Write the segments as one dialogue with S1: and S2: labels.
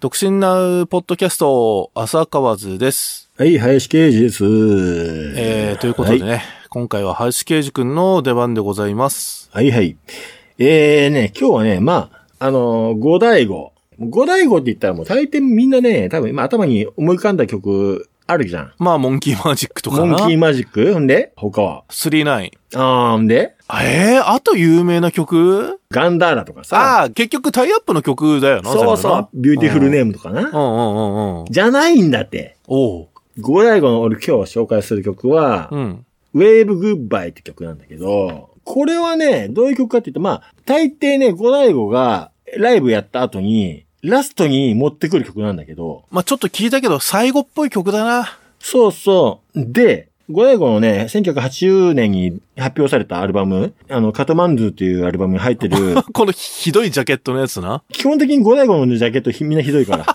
S1: 独身なポッドキャスト、浅川図です。
S2: はい、林刑事です。
S1: えー、ということでね、
S2: は
S1: 今回は林啓司くんの出番でございます。
S2: はいはい。えーね、今日はね、まあ、あのー、五大五。五大五って言ったらもう大抵みんなね、多分今頭に思い浮かんだ曲あるじゃん。
S1: まあ、モンキーマジックとか
S2: モ
S1: な。
S2: ンキーマジックほんで他は。
S1: スリーナイン。
S2: あー、ほんで
S1: えー、あと有名な曲
S2: ガンダーラとかさ。
S1: ああー、結局タイアップの曲だよな。
S2: そうそう。ビューティフルネ
S1: ーム。
S2: ームとか
S1: う
S2: な。
S1: んうんうんうん。
S2: じゃないんだって。
S1: おう。
S2: 五大五の俺今日紹介する曲は、
S1: うん。
S2: ウェーブグッバイって曲なんだけど、これはね、どういう曲かっていうと、まあ、大抵ね、五大悟がライブやった後に、ラストに持ってくる曲なんだけど、
S1: まあ、ちょっと聞いたけど、最後っぽい曲だな。
S2: そうそう。で、五大悟のね、1980年に発表されたアルバム、あの、カトマンズっていうアルバムに入ってる、
S1: このひどいジャケットのやつな。
S2: 基本的に五大悟のジャケットひみんなひどいから。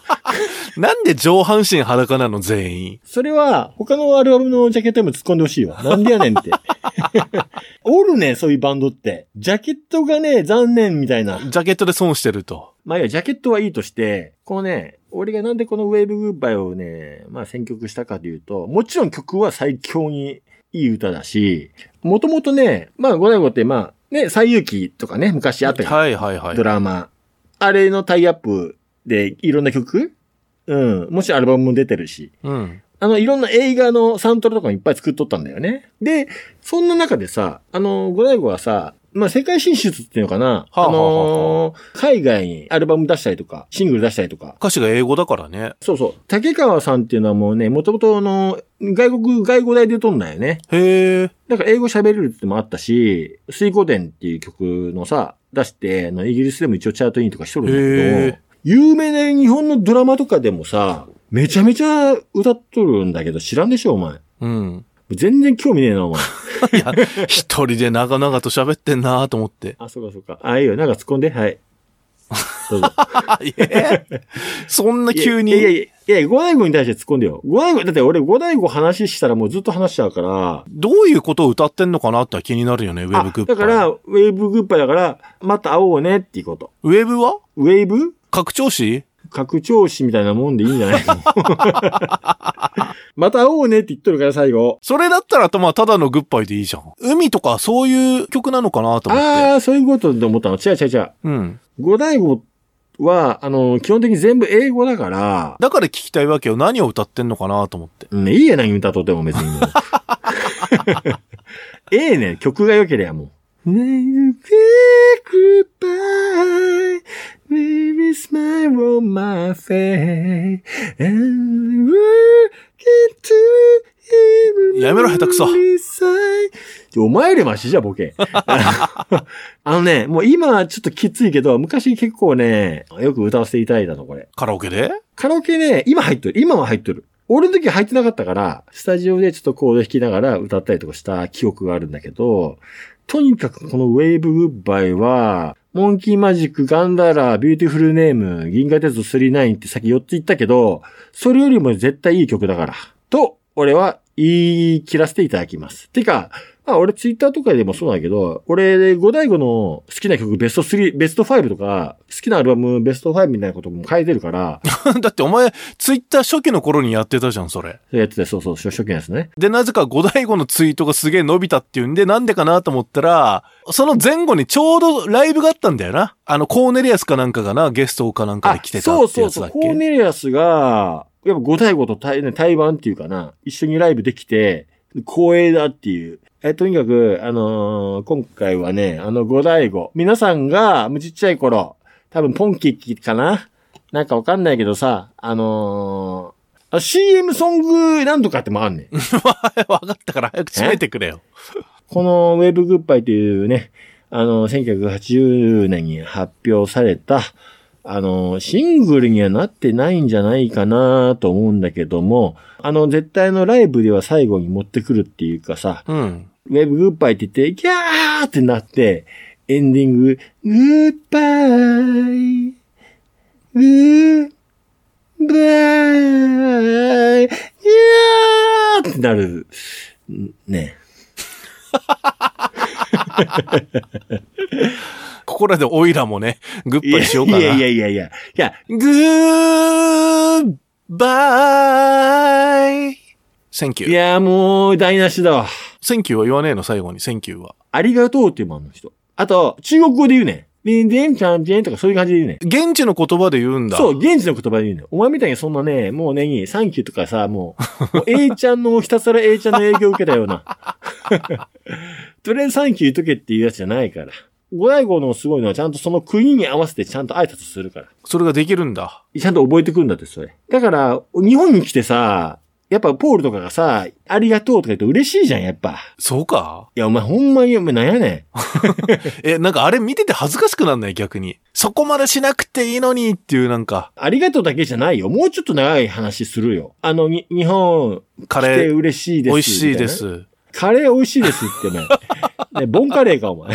S1: なんで上半身裸なの全員。
S2: それは、他のアルバムのジャケットにも突っ込んでほしいわ。なんでやねんって。 おるね、そういうバンドって。ジャケットがね、残念みたいな。
S1: ジャケットで損してると。
S2: まあいいや、ジャケットはいいとして、このね、俺がなんでこのウェーブグッバイをね、まあ選曲したかというと、もちろん曲は最強にいい歌だし、もともとね、まあ五代五ってまあ、ね、最有機とかね、昔あったから
S1: はいはいはい
S2: ド。ラマ。あれのタイアップでいろんな曲うん。もしアルバムも出てるし。
S1: うん。
S2: あの、いろんな映画のサントラとかもいっぱい作っとったんだよね。で、そんな中でさ、あの、五大悟はさ、まあ、世界進出っていうのかな、
S1: はあはあ
S2: あのー海外にアルバム出したりとか、シングル出したりとか。
S1: 歌詞が英語だからね。
S2: そうそう。竹川さんっていうのはもうね、もともとあの、外国、外語大で撮んだよね。
S1: へえ。
S2: だから英語喋れるってのもあったし、水湖伝っていう曲のさ、出して、あのイギリスでも一応チャートインとかしとるん
S1: へ
S2: だ
S1: ー
S2: けど、有名な日本のドラマとかでもさ、めちゃめちゃ歌っとるんだけど知らんでしょ、お前。
S1: うん。
S2: 全然興味ねえな、お前。
S1: いや、 一人で長々と喋ってんなと思って。
S2: あ、そうかそうか。あ、いいよ。なんか突っ込んで。はい。どう ぞ。
S1: あ、いえ そんな急に。
S2: いやいやいや、いや、五大悟に対して突っ込んでよ。五大悟、だって俺五大悟話したらもうずっと話しちゃうから。
S1: どういうことを歌ってんのかなって気になるよね、ウェブグッバイ。
S2: あだから、、ウェーブグッバイだから、また会おうねっていうこと。
S1: ウェブは
S2: ウェーブ
S1: 拡張子
S2: 拡張子みたいなもんでいいんじゃない の また会おうねって言っとるから最後。
S1: それだったら、まあ、ただのグッバイでいいじゃん。海とかそういう曲なのかなと思って。
S2: ああ、そういうことで思ったの。違う違う違う。
S1: うん。
S2: 五大悟は、あの、基本的に全部英語だから、
S1: だから聞きたいわけよ。何を歌ってんのかなと思って。
S2: うん、いいや何歌っとっても別にもう。 ええね、曲が良ければもう。Wave goodbye, baby smile on my face, and look into him
S1: やめろ下手くそ
S2: inside ちょお前よりマシじゃボケ。 あのね、もう今はちょっときついけど、昔結構ね、よく歌わせていただいたの、これ。
S1: カラオケで
S2: カラオケね、今入っとる。今は入っとる。俺の時は入ってなかったから、スタジオでちょっとコード弾きながら歌ったりとかした記憶があるんだけど、とにかくこのウェーブグッバイは、モンキーマジック、ガンダーラ、ビューティフルネーム、銀河鉄道39ってさっき4つ言ったけど、それよりも絶対いい曲だから。と、俺は言い切らせていただきます。てか、まあ俺ツイッターとかでもそうだけど、俺、五大悟の好きな曲ベスト3、ベスト5とか、好きなアルバムベスト5みたいなことも書いてるから、
S1: だってお前、ツイッター初期の頃にやってたじゃん、それ。
S2: そうやってた、そうそう、初初期のやつね。
S1: で、なぜか五大悟のツイートがすげえ伸びたっていうんで、なんでかなと思ったら、その前後にちょうどライブがあったんだよな。あの、コーネリアスかなんかがな、ゲストかなんかで来てた
S2: そう
S1: って
S2: そ
S1: や
S2: う
S1: つ
S2: そ
S1: だ
S2: う、
S1: っ
S2: コー
S1: け。
S2: ネリアスが、やっぱ5対5と対、ね対バンっていうかな、一緒にライブできて、光栄だっていう。え、とにかく、あのー今回はね、あの5対5。皆さんが、もうちっちゃい頃、多分ポンキッキかななんかわかんないけどさ、あのーあ CM ソングなんとかってもあんね ん。
S1: わかったから早く閉めてくれよ。
S2: このウェブグッバイというね、あの、1980年に発表された、あの、シングルにはなってないんじゃないかなと思うんだけども、あの、絶対のライブでは最後に持ってくるっていうかさ、
S1: うん。
S2: ウェブグッバイって言って、ギャーってなって、エンディング、グッバイ、グッバイ、ギャーってなる、んね。
S1: ここらでオイラもね、グッバイしようかな。
S2: いやいやいやいや。いや、
S1: グーバイセンキュ
S2: い
S1: ー。
S2: やーもう、台無しだわ。
S1: センキューは言わねえの、最後に、センキューは。
S2: ありがとうっていうもんあの人。あと、中国語で言うねん。でんでんちゃんでんとかそういう感じで言うねん。
S1: 現地の言葉で言うんだ。
S2: そう、現地の言葉で言うねん。お前みたいにそんなね、もうね、サンキューとかさ、もう、もう A ちゃんの、ひたすら A ちゃんの影響を受けたような。 とりあえずサンキュー言っとけっていうやつじゃないから。五大五のすごいのはちゃんとその国に合わせてちゃんと挨拶するから。
S1: それができるんだ。
S2: ちゃんと覚えてくるんだって、それ。だから、日本に来てさ、やっぱポールとかがさ、ありがとうとか言うと嬉しいじゃん、やっぱ。
S1: そうか
S2: いや、お前ほんまに、お前なんやねん。
S1: え、なんかあれ見てて恥ずかしくなんない逆に。そこまでしなくていいのにっていうなんか、
S2: ありがとうだけじゃないよ。もうちょっと長い話するよ。あの、に、日本、
S1: カ
S2: 来て
S1: レー、
S2: 嬉しいで
S1: 美
S2: す。
S1: 味しいで
S2: みたな。
S1: す。
S2: カレー美味しいですってね。 ね、ボンカレーか、お前。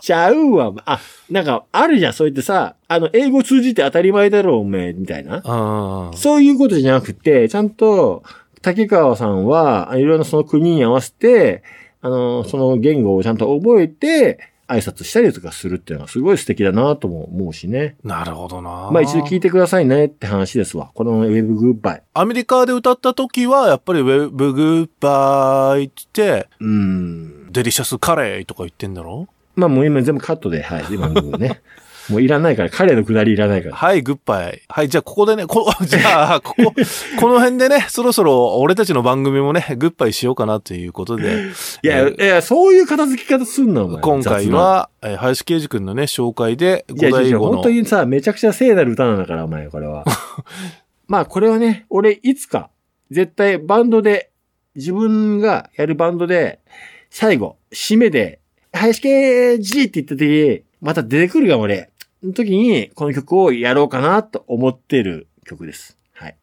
S2: ちゃうわ。あ、なんか、あるじゃん。そうやってさ、あの、英語通じて当たり前だろ、おめえ、みたいな。
S1: うん。
S2: そういうことじゃなくて、ちゃんと、竹川さんは、あいろんなその国に合わせて、あの、その言語をちゃんと覚えて、挨拶したりとかするっていうのはすごい素敵だなとも思うしね。
S1: なるほどな。
S2: まあ一度聞いてくださいねって話ですわ。このウェブグッバイ。
S1: アメリカで歌った時は、やっぱりウェブグッバイって、
S2: うーん。
S1: デリシャスカレーとか言ってんだろ
S2: まあもう今全部カットで、はい、今の部分ね。もういらないから、彼のくだりいらないから。
S1: はい、グッバイ。はい、じゃあここでね、こ、 じゃあ、ここ、この辺でね、そろそろ俺たちの番組もね、グッバイしようかなということ で、
S2: いや、
S1: え
S2: いや、そういう片付け方すんな、お前。
S1: 今回は、えー林圭司君のね、紹介で、
S2: 雑な、
S1: 五
S2: いや、い
S1: 代
S2: や
S1: 五
S2: 本
S1: の
S2: 当、にさ、めちゃくちゃ聖なる歌なんだから、お前、これは。 まあこれはね、俺いつか、絶対バンドで、自分がやるバンドで、最後、締めで、林家 G って言った時、また出てくるが俺。の時に、この曲をやろうかなと思ってる曲です。はい。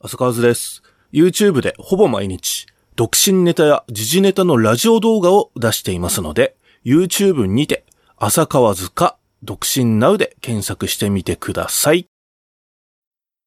S1: 浅川図です。YouTube でほぼ毎日、独身ネタや時事ネタのラジオ動画を出していますので、YouTube にて、浅川図か、独身ナウで検索してみてください。